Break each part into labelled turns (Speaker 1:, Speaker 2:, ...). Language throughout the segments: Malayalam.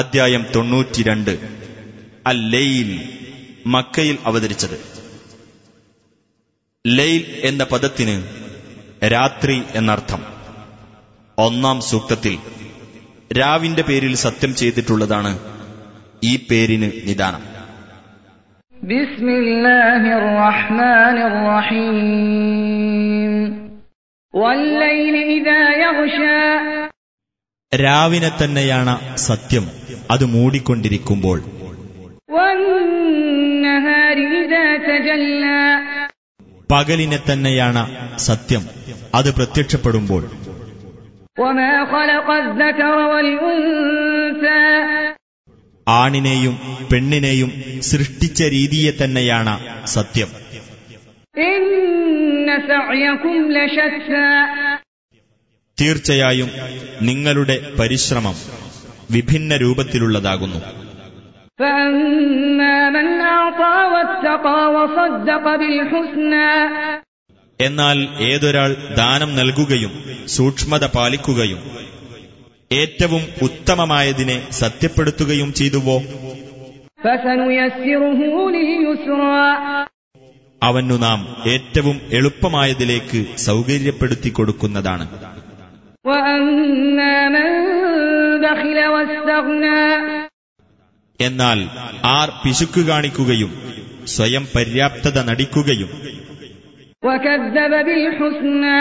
Speaker 1: അദ്ധ്യായം തൊണ്ണൂറ്റിരണ്ട് അൽ ലെയിൽ മക്കയിൽ അവതരിച്ചത് ലെയിൽ എന്ന പദത്തിന് രാത്രി എന്നർത്ഥം ഒന്നാം സൂക്തത്തിൽ രാവിന്റെ പേരിൽ സത്യം ചെയ്തിട്ടുള്ളതാണ് ഈ പേരിന് നിദാനം
Speaker 2: بسم الله الرحمن الرحيم والليل إذا يغشى
Speaker 1: രാവിനെ തന്നെയാണ് സത്യം അത് മൂടിക്കൊണ്ടിരിക്കുമ്പോൾ
Speaker 2: والنهار إذا تجلى
Speaker 1: പകലിനെ തന്നെയാണ് സത്യം അത് പ്രത്യക്ഷപ്പെടുമ്പോൾ
Speaker 2: وما خلق الذكر والأنثى
Speaker 1: ആണിനെയും പെണ്ണിനെയും സൃഷ്ടിച്ച രീതിയെ തന്നെയാണ് സത്യം
Speaker 2: إن سعيكم لشتى
Speaker 1: തീർച്ചയായും നിങ്ങളുടെ പരിശ്രമം വിഭിന്ന രൂപത്തിലുള്ളതാകുന്നു
Speaker 2: فأما من أعطى واتقى وصدق بالحسنى
Speaker 1: എന്നാൽ ഏതൊരാൾ ദാനം നൽകുകയും സൂക്ഷ്മത പാലിക്കുകയും ഏറ്റവും ഉത്തമമായതിനെ സത്യപ്പെടുത്തുകയും ചെയ്തുവോ
Speaker 2: فسنيسره لليسرى
Speaker 1: അവനു നാം ഏറ്റവും എളുപ്പമായതിലേക്ക് സൗകര്യപ്പെടുത്തി കൊടുക്കുന്നതാണ്
Speaker 2: وأما من بخل واستغنى
Speaker 1: എന്നാൽ ആർ പിശുക്ക് കാണിക്കുകയും സ്വയം പര്യാപ്തത നടിക്കുകയും
Speaker 2: وكذب بالحسنى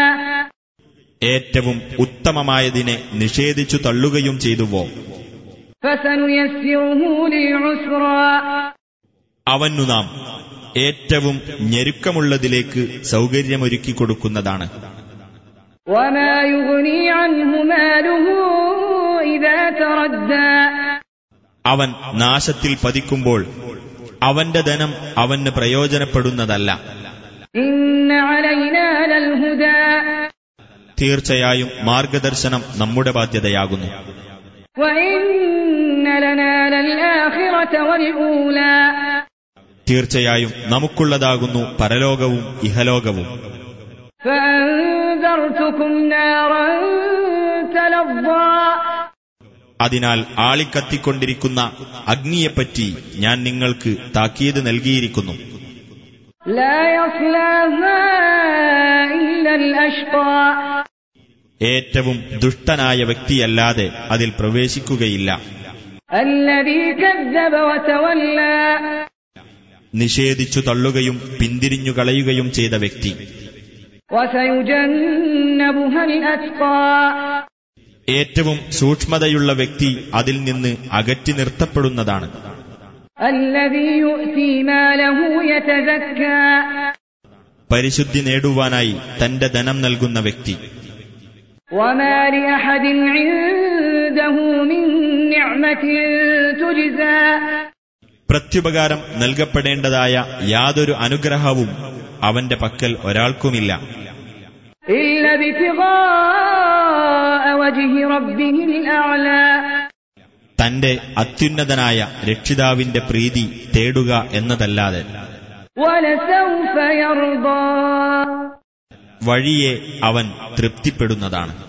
Speaker 1: ഏറ്റവും ഉത്തമമായതിനെ നിഷേധിച്ചു തള്ളുകയും ചെയ്തുവോ
Speaker 2: فسنيسره للعسرى
Speaker 1: അവനു നാം ഏറ്റവും ഞെരുക്കമുള്ളതിലേക്ക് സൗകര്യമൊരുക്കി കൊടുക്കുന്നതാണ്
Speaker 2: وما يغني عنه ماله إذا تردى
Speaker 1: അവൻ നാശത്തിൽ പതിക്കുമ്പോൾ അവന്റെ ധനം അവന് പ്രയോജനപ്പെടുന്നതല്ല
Speaker 2: إن علينا للهدى
Speaker 1: തീർച്ചയായും മാർഗദർശനം നമ്മുടെ ബാധ്യതയാകുന്നു
Speaker 2: وإن لنا للآخرة والأولى
Speaker 1: തീർച്ചയായും നമുക്കുള്ളതാകുന്നു പരലോകവും ഇഹലോകവും
Speaker 2: فأنذرتكم نارا تلظى
Speaker 1: അതിനാൽ ആളിക്കത്തിക്കൊണ്ടിരിക്കുന്ന അഗ്നിയെപ്പറ്റി ഞാൻ നിങ്ങൾക്ക് താക്കീത് നൽകിയിരിക്കുന്നു
Speaker 2: لا يصلاها إلا الأشقى
Speaker 1: ഏറ്റവും ദുഷ്ടനായ വ്യക്തിയല്ലാതെ അതിൽ പ്രവേശിക്കുകയില്ല
Speaker 2: الذي كذب وتولى
Speaker 1: നിഷേധിച്ചു തള്ളുകയും പിന്തിരിഞ്ഞു കളയുകയും ചെയ്ത വ്യക്തി
Speaker 2: وسيجنبها الأتقى
Speaker 1: ഏറ്റവും സൂക്ഷ്മതയുള്ള വ്യക്തി അതിൽ നിന്ന് അകറ്റി നിർത്തപ്പെടുന്നതാണ്
Speaker 2: الذي يؤتي ماله يتزكى
Speaker 1: പരിശുദ്ധി നേടുവാനായി തന്റെ ധനം നൽകുന്ന വ്യക്തി
Speaker 2: وما لأحد عنده من نعمة تجزى
Speaker 1: പ്രത്യുപകാരം നൽകപ്പെടേണ്ടതായ യാതൊരു അനുഗ്രഹവും അവന്റെ പക്കൽ ഒരാൾക്കുമില്ല
Speaker 2: إلا ابتغاء وجه ربه الأعلى
Speaker 1: തന്റെ അത്യുന്നതനായ രക്ഷിതാവിന്റെ പ്രീതി തേടുക എന്നതല്ലാതെ
Speaker 2: ولسوف يرضى
Speaker 1: വഴിയെ അവൻ തൃപ്തിപ്പെടുന്നതാണ്